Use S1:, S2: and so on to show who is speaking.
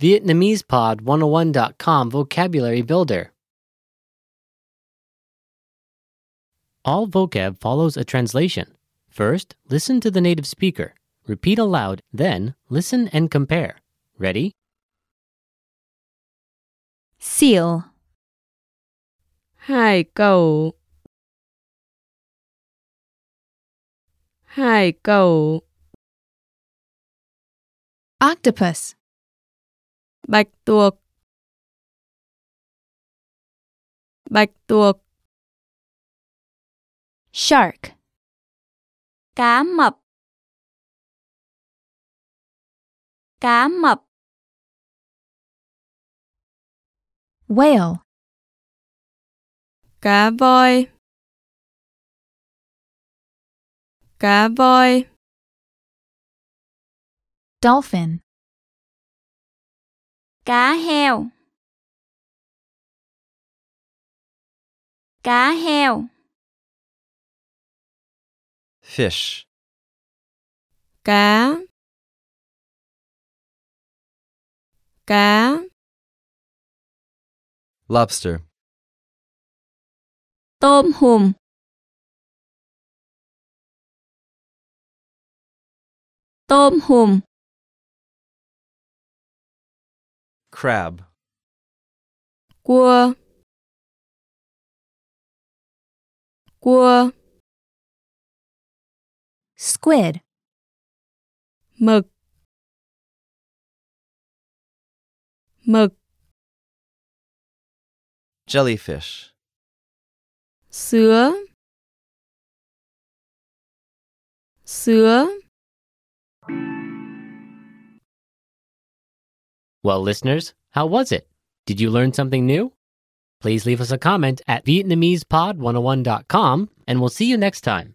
S1: VietnamesePod101.com Vocabulary Builder. All vocab follows a translation. First, listen to the native speaker. Repeat aloud, then, listen and compare. Ready?
S2: Seal.
S3: Hải cầu. Hải cầu,
S2: Octopus.
S3: bạch tuộc. Bạch tuộc,
S2: Shark.
S4: cá mập cá mập
S2: Whale.
S3: cá voi. Cá voi,
S2: Dolphin.
S4: cá heo cá heo
S5: fish,
S3: cá. Cá,
S5: lobster,
S4: tôm hùm tôm hùm
S5: crab,
S3: cua. Cua,
S2: Squid.
S3: mực. Mực,
S5: jellyfish,
S3: sứa sứa
S1: Well, listeners, how was it? Did you learn something new? oh Please leave us a comment at VietnamesePod101.com, and we'll see you next time.